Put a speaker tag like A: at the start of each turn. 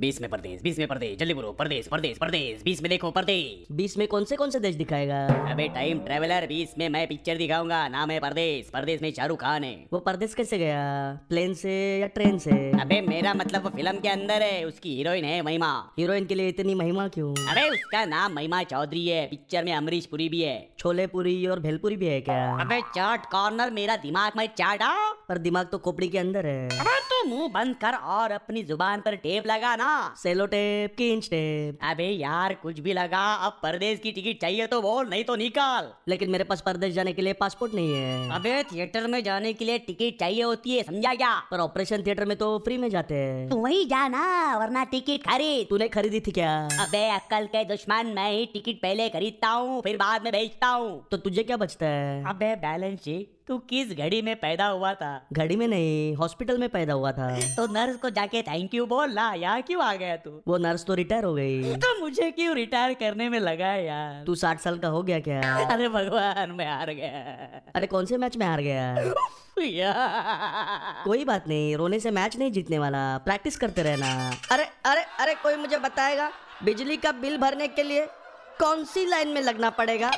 A: बीस में प्रदेश बीस में प्रदेश जल्दी बोलो प्रदेश प्रदेश प्रदेश बीस में देखो प्रदेश
B: बीस में कौन से कौन से देश दिखाएगा
A: अबे टाइम ट्रेवलर बीस में मैं पिक्चर दिखाऊंगा नाम है प्रदेश प्रदेश में शाहरुख खान है
B: वो परदेश कैसे गया प्लेन से या ट्रेन से
A: अबे मेरा मतलब वो फिल्म के अंदर है उसकी हीरोइन है महिमा
B: हीरोइन के लिए इतनी महिमा क्यों
A: अबे उसका नाम महिमा चौधरी है पिक्चर में अमरीश पुरी भी है
B: छोले पूरी और भेलपुरी भी है क्या
A: अबे चाट कॉर्नर मेरा दिमाग में चाटा
B: पर दिमाग तो खोपड़ी के अंदर है
A: अबे तो मुंह बंद कर और अपनी जुबान पर टेप लगा ना
B: सेलो टेप की इंच टेप
A: अबे यार कुछ भी लगा अब परदेश की टिकट चाहिए तो बोल नहीं तो निकाल
B: लेकिन मेरे पास परदेश जाने के लिए पासपोर्ट नहीं है
A: अबे थिएटर में जाने के लिए टिकट चाहिए होती है समझा क्या
B: पर ऑपरेशन थिएटर में तो फ्री में जाते हैं
A: तू वही जाना वरना टिकट खरीद
B: तूने खरीदी थी क्या
A: अबे अक्कल के दुश्मन मैं ही टिकट पहले खरीदता हूँ फिर बाद में बेचता हूँ
B: तो तुझे क्या बचता है
A: अबे बैलेंस शीट तू किस घड़ी में पैदा हुआ था
B: घड़ी में नहीं हॉस्पिटल में पैदा हुआ था
A: तो नर्स को जाके थैंक यू बोल ना यहाँ क्यों आ गया तू
B: वो नर्स तो रिटायर हो गई
A: तो मुझे क्यों रिटायर करने में लगा है यार
B: तू साठ साल का हो गया क्या
A: अरे भगवान मैं हार गया
B: अरे कौन से मैच में हार गया
A: यार
B: कोई बात नहीं रोने से मैच नहीं जीतने वाला प्रैक्टिस करते रहना अरे अरे अरे कोई मुझे बताएगा बिजली का बिल भरने के लिए कौन सी लाइन में लगना पड़ेगा